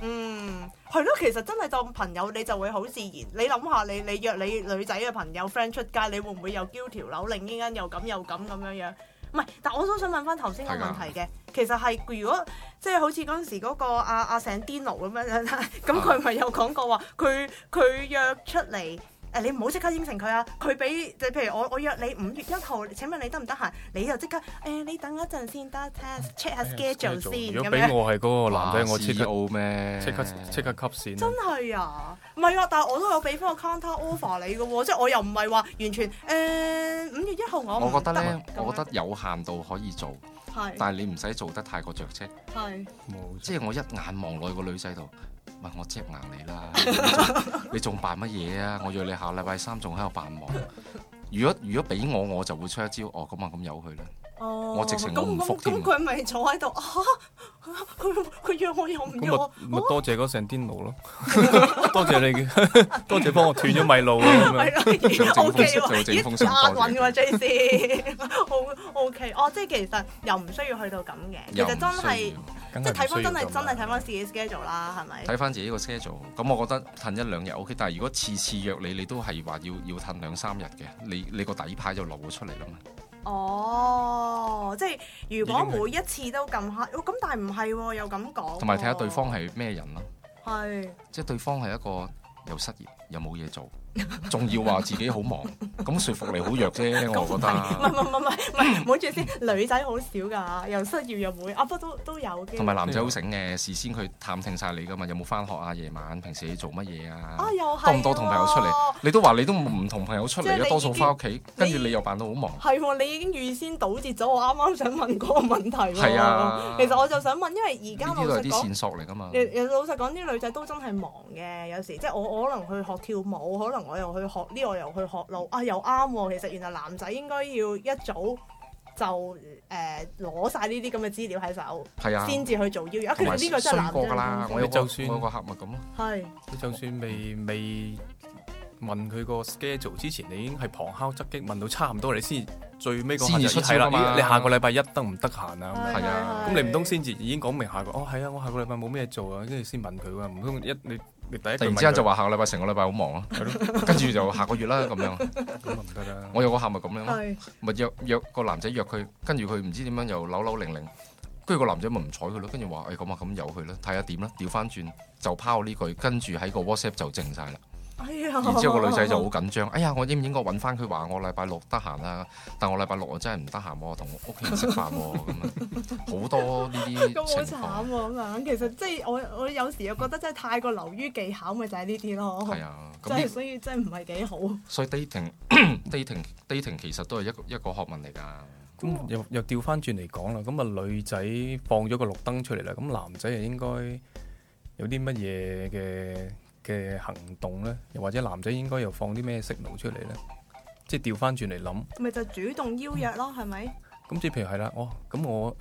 Speaker 3: 嗯，係咯，其實真係當朋友你就會好自然。你諗下，你你約你女仔嘅朋友 friend 出街，你會唔會又嬌條扭，另一間又咁又咁咁樣樣？唔係，但我都想問翻頭先個問題嘅，其實係如果即係好似嗰陣時嗰、個阿阿成 Dino 咁樣， 咁
Speaker 4: 啊
Speaker 3: 佢咪有講過話，佢佢約出嚟。誒你唔好即刻應承佢啊！佢俾就譬如我我約你五月一號，請問你得唔得閒？你就即刻誒、你等一陣先得 check 下 schedule 先
Speaker 4: 哎
Speaker 3: 咁
Speaker 4: 如果
Speaker 3: 樣
Speaker 4: 俾。我係嗰個男仔，我即刻
Speaker 2: CEO E 咩？
Speaker 4: 即刻即刻吸
Speaker 3: 真
Speaker 4: 線。
Speaker 3: 係啊，唔係啊，但係我都有俾翻個 counter offer 你嘅喎，即係我又唔係話完全誒五月一號我唔啊
Speaker 2: 我覺得
Speaker 3: 咁
Speaker 2: 呢，
Speaker 3: 樣
Speaker 2: 我覺得有限度可以做，
Speaker 3: 係
Speaker 2: 但係你唔使做得太過着 跡。
Speaker 3: 係
Speaker 4: 冇錯
Speaker 2: 即係我一眼望落去個女仔度，喂，我即硬你 啦，你仲你仲扮乜嘢啊？我約你下禮拜三仲喺度扮忙。如果如果俾我，我就會出一招，哦咁啊咁由佢啦。
Speaker 3: 哦，
Speaker 2: 我直情我唔
Speaker 3: 咁
Speaker 2: 覆添
Speaker 3: 咁佢咪坐喺度啊？佢佢約我又唔約
Speaker 4: 咁
Speaker 3: 我
Speaker 4: 咪咪，多謝嗰成癲佬咯， 多謝你嘅， 多謝幫我斷咗米路啊咁樣
Speaker 3: 係。 咯
Speaker 2: 封
Speaker 3: ，O K
Speaker 2: 信做
Speaker 3: 喎，
Speaker 2: 整封信
Speaker 3: 咦押
Speaker 2: 多謝
Speaker 3: 韻喎 J C，好 O K，哦，即係其實又唔需要去到咁嘅，其
Speaker 2: 又
Speaker 3: 實真係
Speaker 2: 唔需要
Speaker 4: 梗
Speaker 3: 即係睇翻真係
Speaker 4: 係唔需
Speaker 3: 真
Speaker 4: 要咁
Speaker 3: 係
Speaker 4: 啊
Speaker 3: 睇翻自己 schedule 啦，係咪？
Speaker 2: 睇翻自己個 schedule。咁我覺得褪一兩日 OK，但係如果次次約你，你都係話要要褪兩三日嘅，你你個底牌就露咗出嚟啦嘛。
Speaker 3: 哦，即係如果
Speaker 4: 已經係
Speaker 3: 每一次都咁黑，哦咁但係唔係喎，又咁講喎，
Speaker 2: 同埋睇下對方係咩人啦。
Speaker 3: 係
Speaker 2: 即係對方係一個又失業又冇嘢做，仲要話自己好 忙，咁說服力好弱啫，我覺
Speaker 3: 唔係
Speaker 2: 得。
Speaker 3: 唔係唔係唔 係，唔好住先，女仔好少㗎，又失業又冇嘢，啊不過都都有嘅。
Speaker 2: 同埋男仔好醒嘅，事先佢探聽晒你噶嘛，有冇翻學啊？夜晚平時你做乜嘢啊？
Speaker 3: 啊又
Speaker 2: 多
Speaker 3: 係
Speaker 2: 唔多同朋友出嚟
Speaker 3: 喎？
Speaker 2: 你都話你都唔同朋友出
Speaker 3: 即係
Speaker 2: 嚟
Speaker 3: 你已
Speaker 2: 啊，
Speaker 3: 經
Speaker 2: 多數翻屋企，跟住你又扮到好忙。
Speaker 3: 係喎，你已經預先倒截咗我啱啱想問嗰個問題喎。
Speaker 2: 係啊
Speaker 3: 其實我就想問，因為而
Speaker 2: 呢
Speaker 3: 家老
Speaker 2: 啲都係
Speaker 3: 實
Speaker 2: 啲
Speaker 3: 講。
Speaker 2: 線索嚟噶嘛。
Speaker 3: 誒誒，老實講，啲女仔都真係忙嘅，有時即係我我可能去學跳舞，可能我又去學呢，我又去學路，啊又啱喎。其實原來男仔應該要一早就誒攞晒呢啲咁嘅資料喺手，
Speaker 2: 係啊，
Speaker 3: 先至去做邀約。啊其
Speaker 2: 同埋
Speaker 3: 實呢個真
Speaker 2: 衰
Speaker 3: 係男仔
Speaker 2: 過㗎啦。我有個
Speaker 4: 就
Speaker 2: 我
Speaker 4: 算
Speaker 2: 有個客咪咁咯，
Speaker 3: 係
Speaker 4: 你就算未未問佢個 schedule 之前，你已經係旁敲側擊問到差唔多，你先最尾嗰下
Speaker 2: 先至
Speaker 4: 就
Speaker 2: 出招
Speaker 4: 係啦。
Speaker 2: 啊嘛
Speaker 4: 咦你下個禮拜一得唔得閒啊？咁
Speaker 3: 係
Speaker 4: 樣
Speaker 2: 係啊
Speaker 4: 咁你唔通先至已經講明下個哦係啊，我下個禮拜冇咩做啊，跟住先問佢㗎，唔通一你你第一
Speaker 2: 突
Speaker 4: 句
Speaker 2: 然
Speaker 4: 問
Speaker 2: 之間
Speaker 4: 佢
Speaker 2: 就話下個禮拜成個禮拜好忙咯，
Speaker 4: 係咯，
Speaker 2: 跟住就下個月啦咁 樣。
Speaker 4: 咁啊唔得啦。
Speaker 2: 我有個客咪咁樣咯。
Speaker 3: 係
Speaker 2: 咪約約個男仔約佢，跟住佢唔知點樣又扭扭零零，跟住個男仔咪唔睬佢咯，跟住話誒咁啊咁由佢啦，睇下點啦，調翻轉就拋呢句，跟住喺個 WhatsApp 就靜晒啦，
Speaker 3: 哎呀，
Speaker 2: 然之後個女仔就好緊張，哎呀我應唔應該揾翻佢話我禮拜六得閒啊？但我禮拜六我真係唔得閒喎，同我屋企人食飯喎咁樣，好多呢
Speaker 3: 咁
Speaker 2: 啲情
Speaker 3: 好慘
Speaker 2: 況，
Speaker 3: 喎咁樣。其實即係我我有時又覺得真係太過流於技巧，咪就係呢啲咯
Speaker 2: 係。啊，
Speaker 3: 即
Speaker 2: 咁
Speaker 3: 係
Speaker 2: 呢
Speaker 3: 所以真係唔係幾好。
Speaker 2: 所以 dating dating dating 其實都係一個一個學問嚟㗎，
Speaker 4: 咁又又調翻轉嚟講啦，咁啊女仔放咗個綠燈出嚟啦，咁男仔又應該有啲乜嘢嘅嘅行動咧？又或者男仔應該又放啲咩 signal 出嚟咧？即係調翻轉嚟諗，
Speaker 3: 咪就主動邀約咯，係咪？
Speaker 4: 咁即係譬如係啦，哦，咁我誒、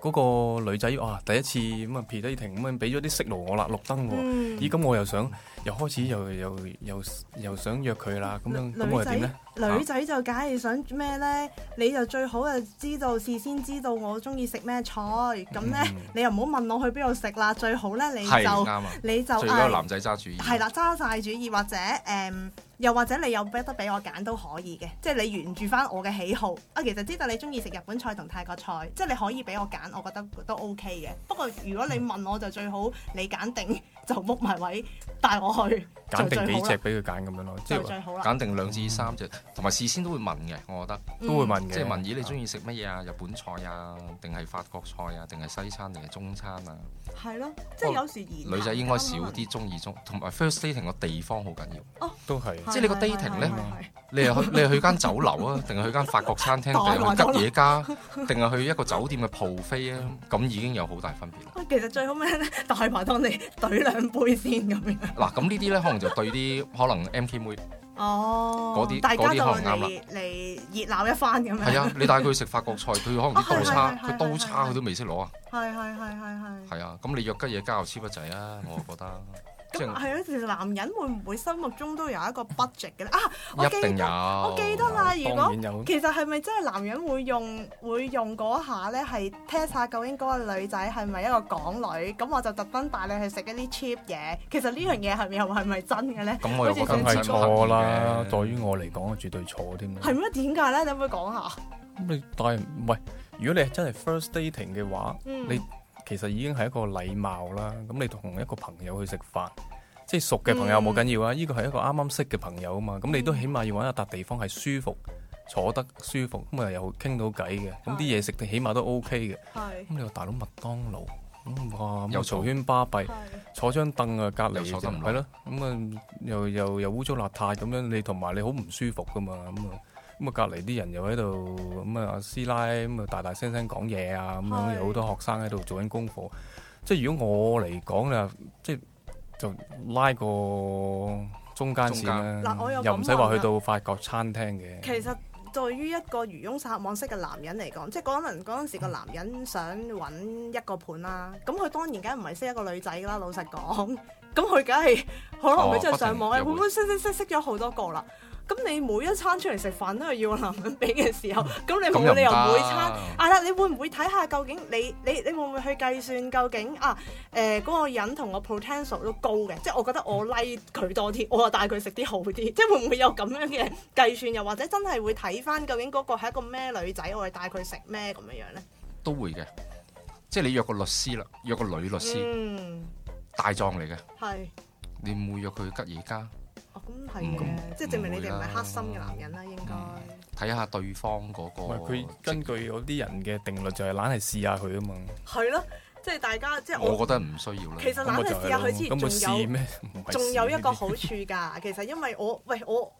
Speaker 4: 嗰個女仔啊，第一次咁啊撇低停咁樣，俾咗啲息路我啦，綠燈喎。
Speaker 3: 嗯
Speaker 4: 咦，咁我又想又開始又又又又想約佢啦，咁樣
Speaker 3: 女
Speaker 4: 咁我又點呢？
Speaker 3: 女仔就梗係想咩呢？你就最好就知道事先知道我中意食咩菜，咁呢，
Speaker 4: 嗯
Speaker 3: 你又唔好問我去邊度食啦。最好呢，你
Speaker 2: 係啱
Speaker 3: 就
Speaker 2: 啊，
Speaker 3: 你就
Speaker 2: 最緊
Speaker 3: 唉
Speaker 2: 要男仔揸主意。
Speaker 3: 係啦，揸晒主意或者誒、嗯又或者你有得俾我揀都可以嘅，即係你沿住翻我嘅喜好。啊，其實知道你中意食日本菜同泰國菜，即係你可以俾我揀，我覺得都 OK 嘅。不過如果你問我就最好你揀定，就卜埋位帶我去，
Speaker 4: 揀定
Speaker 3: 就
Speaker 4: 幾
Speaker 3: 最好
Speaker 4: 隻
Speaker 3: 啦，
Speaker 4: 俾佢揀咁樣咯，即
Speaker 3: 就
Speaker 4: 係話
Speaker 3: 最好啦。
Speaker 2: 揀定兩至三隻，同埋事先都會問嘅，我覺得，
Speaker 4: 都
Speaker 3: 嗯
Speaker 4: 會問嘅。
Speaker 2: 即係問咦你中意食乜嘢啊？日本菜啊，定係法國菜啊，定係西餐定係中餐啊？
Speaker 3: 係咯，即係有時言
Speaker 2: 哦女仔應該
Speaker 3: 啊
Speaker 2: 少啲中意中，同埋 first dating 個地方好緊要。
Speaker 4: 都係
Speaker 3: 談啊，
Speaker 2: 即係你個
Speaker 3: 係
Speaker 2: dating 呢
Speaker 3: 係係係
Speaker 2: 你係 去你係去間酒樓啊，定係去間法國餐廳，定
Speaker 3: 當然
Speaker 2: 係去吉野家，定係去一個酒店嘅鋪飛啊？咁已經有好大分別啦。
Speaker 3: 喂，其實最好咩咧？大埋當你懟兩杯先咁樣。
Speaker 2: 嗱，咁呢啲呢，可能就對啲可能 M K 妹
Speaker 3: 哦
Speaker 2: 嗰啲
Speaker 3: 大家就
Speaker 2: 嗰啲可能啱
Speaker 3: 嚟嚟熱鬧一番咁樣。
Speaker 2: 係啊，你帶佢去食法國菜，佢可能啲刀叉
Speaker 3: 哦係係係
Speaker 2: 佢刀叉
Speaker 3: 係係
Speaker 2: 佢都未識攞啊。
Speaker 3: 係係係係係。
Speaker 2: 係啊，咁你約吉野家又黐不滯啊，我覺得。 即
Speaker 3: 咁
Speaker 2: 係
Speaker 3: 係咯，其實男人會唔會心目中都有一個 budget 嘅咧？啊，我記
Speaker 2: 一定有。
Speaker 3: 得，我記得啦。如
Speaker 4: 當
Speaker 3: 果
Speaker 4: 然有
Speaker 3: 其實係咪真係男人會用會用嗰下咧，係 test 下究竟嗰個女仔係咪一個港女？咁我就特登帶你去食一啲 cheap 嘢。其實呢樣嘢係咪又係咪真嘅咧？
Speaker 2: 咁我又覺得
Speaker 4: 梗
Speaker 2: 唔
Speaker 4: 係
Speaker 2: 使咁刻意
Speaker 4: 錯啦，
Speaker 2: 嘅
Speaker 4: 對於我嚟講，我絕對錯添啦。
Speaker 3: 係咩？點解咧？你可唔可以講下？
Speaker 4: 咁你但係唔係？如果你係真係 first dating 嘅話，
Speaker 3: 嗯
Speaker 4: 你其實已經係一個禮貌啦。咁你同一個朋友去食飯，即係熟嘅朋友
Speaker 3: 嗯
Speaker 4: 冇緊要啊。呢個係一個啱啱識嘅朋友啊嘛。咁你
Speaker 2: 嗯
Speaker 4: 都起碼要揾一笪地方係舒服，坐得舒服，咁啊又傾到偈嘅。咁啲嘢食起碼都 OK 嘅。
Speaker 3: 係
Speaker 4: 咁你話大佬麥當勞，咁哇
Speaker 2: 又
Speaker 4: 又
Speaker 2: 嘈
Speaker 4: 嘈圈巴閉。
Speaker 3: 係。
Speaker 4: 坐張凳啊，隔離
Speaker 2: 又坐得唔落
Speaker 4: 係咯，咁啊又又又污糟邋遢咁樣，你同埋你好唔舒服噶嘛，咁啊咁啊隔離啲人又喺度咁啊師奶咁啊大大聲聲講嘢啊，咁
Speaker 3: 係
Speaker 4: 樣有好多學生喺度做緊功課，即係如果我嚟講啦，即係就拉個中間
Speaker 2: 中
Speaker 4: 線
Speaker 3: 間嗱我
Speaker 4: 啦
Speaker 3: 又，
Speaker 4: 又唔使話
Speaker 3: 咁問
Speaker 4: 去
Speaker 3: 啦啊
Speaker 4: 到法國餐廳嘅，
Speaker 3: 其實對於一個漁翁撒網式嘅男人嚟講，即係可能嗰陣時個男人想揾一個伴啦，咁佢當然梗係唔係識一個女仔㗎啦，老實講，咁佢梗係可能佢真係上網
Speaker 2: 哦
Speaker 3: 咧，
Speaker 2: 不停
Speaker 3: 會唔會識識識識咗好多個啦？咁你每一餐出嚟食飯都係要個男人俾嘅時候，咁你
Speaker 2: 嗯咁又
Speaker 3: 冇
Speaker 2: 唔
Speaker 3: 理由每
Speaker 2: 得
Speaker 3: 餐。啊啦，你會唔會睇下究竟你你你會唔會去計算究竟啊？誒、嗰、個人同我 potential 都高嘅，即係我覺得我 like 佢多啲，我又帶佢食啲好啲， 即係會唔會有咁樣嘅計算？又或者真係會睇翻究竟嗰個係一個咩女仔，我哋帶佢食咩咁樣樣咧？
Speaker 2: 都會嘅。即係你約個律師啦，約個女律師，
Speaker 3: 嗯，
Speaker 2: 大狀嚟嘅，
Speaker 3: 係。
Speaker 2: 你唔會約佢吉野家，
Speaker 3: 哦，咁係
Speaker 2: 嗯
Speaker 3: 嘅，即係證明你哋唔
Speaker 2: 唔會啦
Speaker 3: 係黑心嘅男人啦，應
Speaker 4: 嗯
Speaker 3: 該
Speaker 2: 睇下對方嗰
Speaker 4: 唔係
Speaker 2: 個
Speaker 4: 佢根據嗰啲人嘅定律就係懶係試下佢啊嘛，
Speaker 3: 係咯，即係大家即係
Speaker 2: 我覺
Speaker 3: 我
Speaker 2: 得唔需要啦。
Speaker 3: 其實
Speaker 4: 咁咪
Speaker 3: 懶係
Speaker 4: 就
Speaker 3: 試
Speaker 4: 係
Speaker 3: 下
Speaker 4: 咯，
Speaker 3: 佢之
Speaker 4: 咁咪
Speaker 3: 前，仲有
Speaker 4: 試。咩？唔係
Speaker 3: 仲
Speaker 4: 試
Speaker 3: 有一
Speaker 4: 呢
Speaker 3: 個
Speaker 4: 啲
Speaker 3: 好處㗎， 其實因為我喂我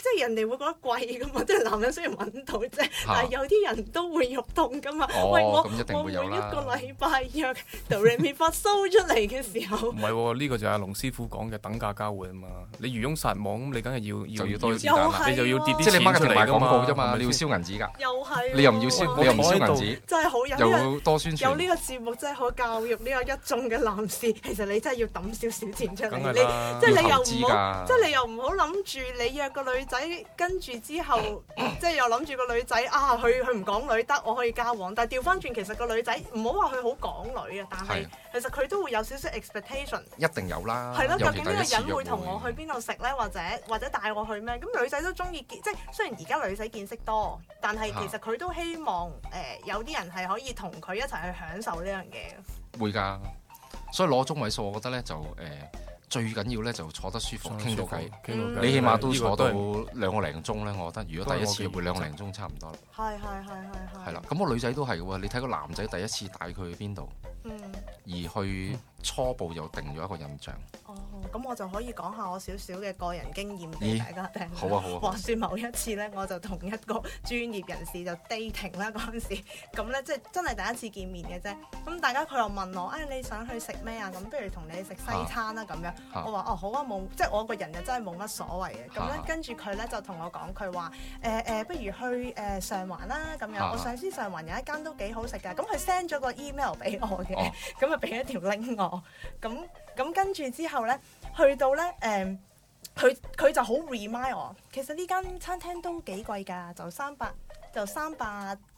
Speaker 3: 即係人哋會覺得貴㗎嘛， 即係男人雖然揾到啫，但係有啲人都會肉痛㗎嘛。
Speaker 2: 哦
Speaker 3: 喂我
Speaker 2: 咁一定
Speaker 3: 我
Speaker 2: 會
Speaker 3: 每一
Speaker 2: 有啦
Speaker 3: 個禮拜約 Do Re Mi Fa So 出嚟嘅時候
Speaker 4: 唔。係喎，呢個就係阿龍師傅講嘅等價交換啊嘛。你漁翁撒網，咁你梗係要
Speaker 2: 就要多啲
Speaker 3: 又係喎
Speaker 4: 你就要跌啲
Speaker 2: 即係你
Speaker 4: 錢
Speaker 2: marketing
Speaker 4: 出嚟
Speaker 2: 賣
Speaker 4: 㗎
Speaker 2: 廣
Speaker 4: 嘛
Speaker 2: 告啫嘛，
Speaker 4: 係咪
Speaker 2: 你要
Speaker 4: 先
Speaker 2: 燒銀紙㗎，
Speaker 3: 又係喎，
Speaker 2: 你又唔要燒，你又唔燒
Speaker 4: 我坐喺度
Speaker 2: 銀
Speaker 3: 真係好有
Speaker 2: 紙，
Speaker 3: 呢個
Speaker 2: 又多宣
Speaker 3: 有呢
Speaker 2: 傳。
Speaker 3: 個節目真係可教育呢個一眾嘅男士， 其實你真係要抌少少錢出嚟，
Speaker 4: 梗
Speaker 3: 你
Speaker 4: 係啦
Speaker 3: 即係
Speaker 2: 要
Speaker 3: 你又
Speaker 2: 投資
Speaker 3: 唔好
Speaker 2: 㗎，
Speaker 3: 即係你又唔好諗住你約個女仔，跟住之後 即係又諗住個女仔啊，佢佢唔講女得，我可以交往。但係調翻轉，其實個女仔唔好話佢好港女啊，但係
Speaker 2: 係
Speaker 3: 其實佢都會有少少 expectation，
Speaker 2: 一定有啦。
Speaker 3: 係咯，
Speaker 2: 尤
Speaker 3: 究
Speaker 2: 其
Speaker 3: 竟
Speaker 2: 第一
Speaker 3: 呢
Speaker 2: 次
Speaker 3: 個人
Speaker 2: 約
Speaker 3: 會同我去邊度食呢？或者或者帶我去咩？咁女仔都中意見，即係雖然而家女仔見識多，但係其實佢都希望誒、呃有啲人係可以同佢一齊去享受呢樣嘢。
Speaker 2: 會㗎，所以攞中位數，我覺得咧就誒、呃最緊要咧就坐得舒服，傾到偈。
Speaker 4: 傾到偈
Speaker 2: 你起碼都坐到
Speaker 4: 呢個都係
Speaker 2: 兩個零鐘咧，我覺得如果第一次約會
Speaker 4: 都係
Speaker 2: 兩
Speaker 4: 我嘅
Speaker 2: 個零鐘差唔多啦，
Speaker 3: 係係係係係。
Speaker 2: 係啦。咁個女仔都係嘅喎，你睇個男仔第一次帶佢去邊度，
Speaker 3: 嗯，
Speaker 2: 而去初步又定咗一個印象。
Speaker 3: 哦。咁我就可以講下我少少嘅個人經驗俾
Speaker 2: 咦
Speaker 3: 大家聽。
Speaker 2: 好啊好啊好啊
Speaker 3: 話説某一次咧，我就同一個專業人士就 dating 啦嗰陣時，咁咧即係真係第一次見面嘅啫。咁大家佢又問我，哎你想去食咩啊？咁不如同你食西餐啦咁樣。
Speaker 2: 啊
Speaker 3: 我話哦好啊，冇即係我個人就真係冇乜所謂嘅。咁咧
Speaker 2: 啊
Speaker 3: 跟住佢咧就同我講，佢話誒誒，呃不如去誒、呃上環啦咁樣。
Speaker 2: 啊
Speaker 3: 我上司上環有一間都幾好食㗎，咁佢 send 咗個 email 俾我嘅。
Speaker 2: 哦
Speaker 3: 咁啊俾一條 link 我，咁咁跟住之後咧，去到咧誒。佢佢就好 remind 我，其實呢間餐廳都幾貴㗎，就三百就三百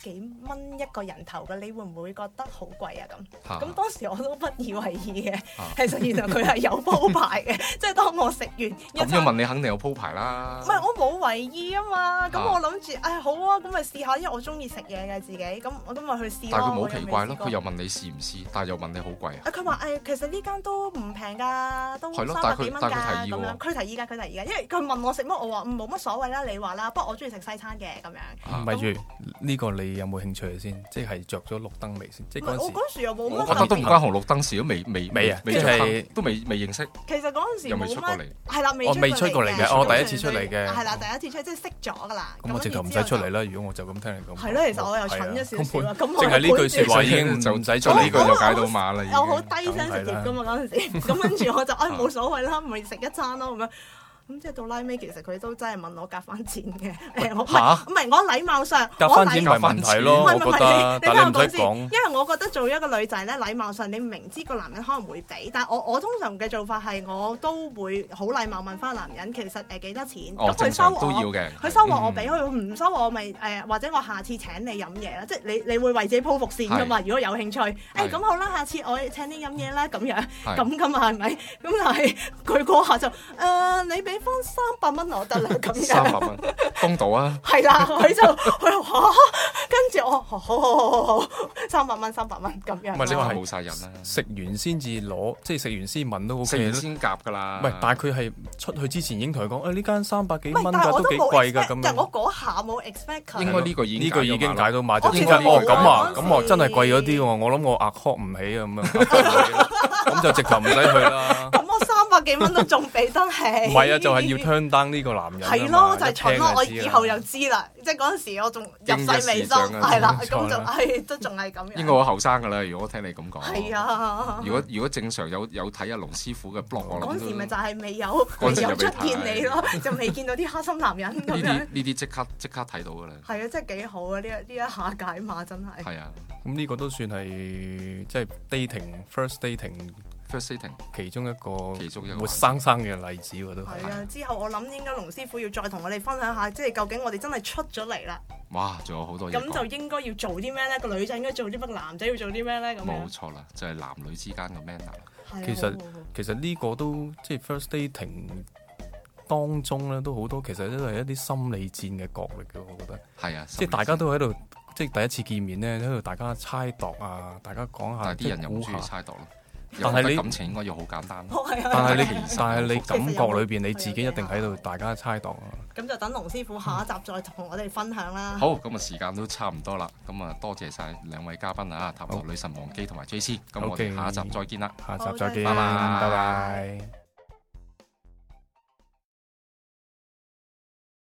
Speaker 3: 幾蚊一個人頭㗎，你會唔會覺得好貴啊？咁
Speaker 2: 嚇
Speaker 3: 咁當時我都不以為意嘅
Speaker 2: 啊，
Speaker 3: 其實原來佢係有鋪排嘅， 即係當我食完一
Speaker 2: 咁樣
Speaker 3: 餐
Speaker 2: 問你肯定有鋪排啦
Speaker 3: 唔。係我冇為意啊嘛，咁
Speaker 2: 啊
Speaker 3: 我諗住，唉好啊，咁咪試下，因為我中意食嘢嘅自己，咁我咁咪去試咯。
Speaker 2: 但係佢
Speaker 3: 啊我
Speaker 2: 冇
Speaker 3: 又
Speaker 2: 奇
Speaker 3: 未
Speaker 2: 怪咯，
Speaker 3: 試過
Speaker 2: 佢又問你試唔試，但係又問你好貴啊。
Speaker 3: 啊！佢話誒，其實呢間都唔平㗎，都
Speaker 2: 係咯但
Speaker 3: 三百
Speaker 2: 係佢
Speaker 3: 幾蚊
Speaker 2: 但
Speaker 3: 㗎
Speaker 2: 係佢
Speaker 3: 咁
Speaker 2: 提議喎
Speaker 3: 樣。佢提議㗎，佢提議㗎，因為佢問我食乜，我話嗯冇乜所謂啦，你話啦，不過我中意食西餐嘅咁樣。
Speaker 2: 啊
Speaker 4: 咪住呢個你有冇興趣先？即係着咗綠燈未先？即係
Speaker 3: 唔係我
Speaker 4: 嗰陣時
Speaker 3: 嗰時又冇
Speaker 2: 我
Speaker 3: 乜
Speaker 2: 覺得
Speaker 3: 特
Speaker 2: 都唔
Speaker 3: 別，
Speaker 2: 關紅綠燈事，都未未
Speaker 4: 未啊
Speaker 2: 未
Speaker 4: 即
Speaker 2: 着
Speaker 4: 係
Speaker 2: 坑都未未認識，
Speaker 3: 其實嗰陣時
Speaker 2: 又未
Speaker 3: 冇
Speaker 2: 出過
Speaker 3: 乜
Speaker 2: 嚟。
Speaker 3: 係啦，未
Speaker 4: 哦未出過嚟嘅
Speaker 3: 我
Speaker 4: 哦第一次出嚟嘅
Speaker 3: 係啦，第一次出嚟即係識咗㗎啦。
Speaker 4: 咁我直頭唔使出嚟啦。如果我就咁聽你咁講，
Speaker 3: 係咯，其實我又蠢
Speaker 2: 啊
Speaker 3: 咗少少啊啦。咁我
Speaker 4: 淨係呢句
Speaker 3: 説
Speaker 4: 説話已經就唔
Speaker 2: 就
Speaker 4: 使再
Speaker 2: 呢
Speaker 4: 理
Speaker 2: 句
Speaker 4: 佢
Speaker 2: 就
Speaker 4: 啦。
Speaker 2: 解到碼啦，已
Speaker 3: 又好
Speaker 2: 經。
Speaker 3: 低聲食碟㗎嘛嗰陣時，咁跟住我就唉冇所謂啦，咪食一餐咯咁樣。咁即係到拉尾，其實佢都真係問我夾翻錢嘅。誒， 我唔係
Speaker 4: 嚇
Speaker 3: 唔係我禮貌上，
Speaker 4: 夾
Speaker 3: 我
Speaker 4: 翻錢
Speaker 3: 禮
Speaker 4: 咪問題咯，
Speaker 3: 唔
Speaker 4: 我
Speaker 3: 係唔
Speaker 4: 覺
Speaker 3: 係
Speaker 4: 得。
Speaker 3: 你
Speaker 4: 但
Speaker 3: 聽我
Speaker 4: 係你唔
Speaker 3: 講
Speaker 4: 使
Speaker 3: 先，
Speaker 4: 講
Speaker 3: 因，為我覺得做一個女仔咧，禮貌上你明知個男人可能會俾，但我我通常嘅做法係我都會好禮貌問翻男人，其實誒呃幾多錢，
Speaker 2: 哦
Speaker 3: 咁，佢
Speaker 2: 正
Speaker 3: 收
Speaker 2: 常都要
Speaker 3: 我。
Speaker 2: 嘅。嗯
Speaker 3: 佢收我，我俾佢；佢唔收我，咪誒或者我下次請你飲嘢啦。即係你你會為自己鋪伏線噶嘛？如果有興趣，誒咁好啦，下次我請你飲嘢啦咁樣。
Speaker 2: 係
Speaker 3: 咁噶嘛，係咪？咁但係佢嗰下就誒、呃你俾翻三百蚊我得啦，咁
Speaker 2: 三
Speaker 3: 樣
Speaker 2: 百蚊，公道啊！
Speaker 3: 係啦，佢就佢就嚇，跟住我好好好好好，三百蚊三百蚊咁樣。
Speaker 4: 唔係你話係
Speaker 2: 冇晒人啦，
Speaker 4: 食完先至攞，即係食完先問都 O
Speaker 2: 食
Speaker 4: K
Speaker 2: 完
Speaker 4: 啦。
Speaker 2: 先夾㗎啦。
Speaker 4: 唔係，但係佢係出去之前已經同佢講，誒呢間三百幾
Speaker 3: 唔
Speaker 4: 蚊
Speaker 3: 係，但係
Speaker 4: 㗎，
Speaker 3: 我
Speaker 4: 都
Speaker 3: 都
Speaker 4: 幾
Speaker 3: 冇
Speaker 4: 貴㗎
Speaker 3: expect，
Speaker 4: 咁
Speaker 3: 但
Speaker 4: 樣
Speaker 3: 我。嗰下冇 expect 佢。
Speaker 2: 應該呢個已經
Speaker 4: 呢個已經解到買
Speaker 3: 我
Speaker 4: 咗，
Speaker 3: 其
Speaker 4: 點
Speaker 3: 實
Speaker 4: 解哦
Speaker 3: 冇
Speaker 4: 咁啊？
Speaker 3: 嗰陣時
Speaker 4: 咁我真係貴咗啲喎，我諗我壓 c 唔起啊咁 樣，咁就直頭唔使去啦。
Speaker 3: 咁我三百幾蚊都仲俾得起。
Speaker 4: 唔係啊，就係要 turn down 呢個男人啊嘛。
Speaker 3: 係咯，就係蠢咯！我
Speaker 4: 一聽就知啦
Speaker 3: 以後又知啦，即係嗰陣時我仲入世未
Speaker 2: 經一時
Speaker 3: 深，
Speaker 2: 長啊
Speaker 3: 係啦，
Speaker 4: 冇錯
Speaker 3: 咁 就
Speaker 4: 啦
Speaker 3: 唉都仲係咁樣。
Speaker 2: 應該好後生㗎啦。如果我聽你咁講，
Speaker 3: 係啊。
Speaker 2: 如果如果正常有有睇阿龍師傅嘅 blog，我
Speaker 3: 哦嗰
Speaker 2: 諗
Speaker 3: 陣時咪
Speaker 2: 都
Speaker 3: 就係未有
Speaker 2: 嗰
Speaker 3: 未
Speaker 2: 陣時就
Speaker 3: 有
Speaker 2: 未
Speaker 3: 出
Speaker 2: 睇
Speaker 3: 現你 咯，就未見到啲黑心男人咁
Speaker 2: 呢啲
Speaker 3: 樣。
Speaker 2: 呢啲即刻即刻睇到㗎啦。
Speaker 3: 係啊，真係幾好啊！呢一呢一下解碼真係。
Speaker 2: 係啊
Speaker 4: 咁呢個都算係即係 dating first dating
Speaker 2: ，first dating
Speaker 4: 其中一個
Speaker 2: 其中一個
Speaker 4: 活生生嘅例子喎，都係
Speaker 3: 係啊，之後我諗應該龍師傅要再同我哋分享下，即係究竟我哋真係出咗嚟啦，
Speaker 2: 哇，仲有好多嘢
Speaker 3: 咁就
Speaker 2: 講。
Speaker 3: 應該要做啲咩咧？個女仔應該做啲乜？男仔要做啲咩咧？咁
Speaker 2: 冇
Speaker 3: 樣
Speaker 2: 錯啦，就係男女之間嘅 manner 啦。
Speaker 3: 係啊
Speaker 4: 其實
Speaker 3: 好好好
Speaker 4: 其實呢個都即係 first dating 當中咧，都好多其實都係一啲心理戰嘅角力嘅，我覺得。
Speaker 2: 係啊，
Speaker 4: 即係大家都喺度，即係第一次見面咧，喺度大家猜度啊，大家講下，
Speaker 2: 但係啲人
Speaker 4: 即
Speaker 2: 又
Speaker 4: 係
Speaker 2: 唔
Speaker 4: 估
Speaker 2: 中意
Speaker 4: 下。
Speaker 2: 猜度咯。又
Speaker 4: 但係
Speaker 2: 覺得
Speaker 4: 你
Speaker 2: 感情應該要好簡單咯。
Speaker 3: 好係啊，
Speaker 4: 但係 你
Speaker 2: 其實，
Speaker 4: 但係你
Speaker 2: 其
Speaker 3: 實有
Speaker 4: 感覺裏邊，
Speaker 3: 有
Speaker 4: 你自己一定喺度
Speaker 3: 嘅
Speaker 4: 大家猜度啊。
Speaker 3: 咁就等龍師傅下一集再同我哋分享啦。
Speaker 2: 好，咁啊時間都差唔多啦，咁啊多謝晒兩位嘉賓啊，塔羅女神王姬同埋 J C，咁我哋
Speaker 4: OK
Speaker 2: 下一集再見啦。
Speaker 4: 下
Speaker 3: 好
Speaker 4: 集再見，
Speaker 3: 拜拜
Speaker 4: 拜拜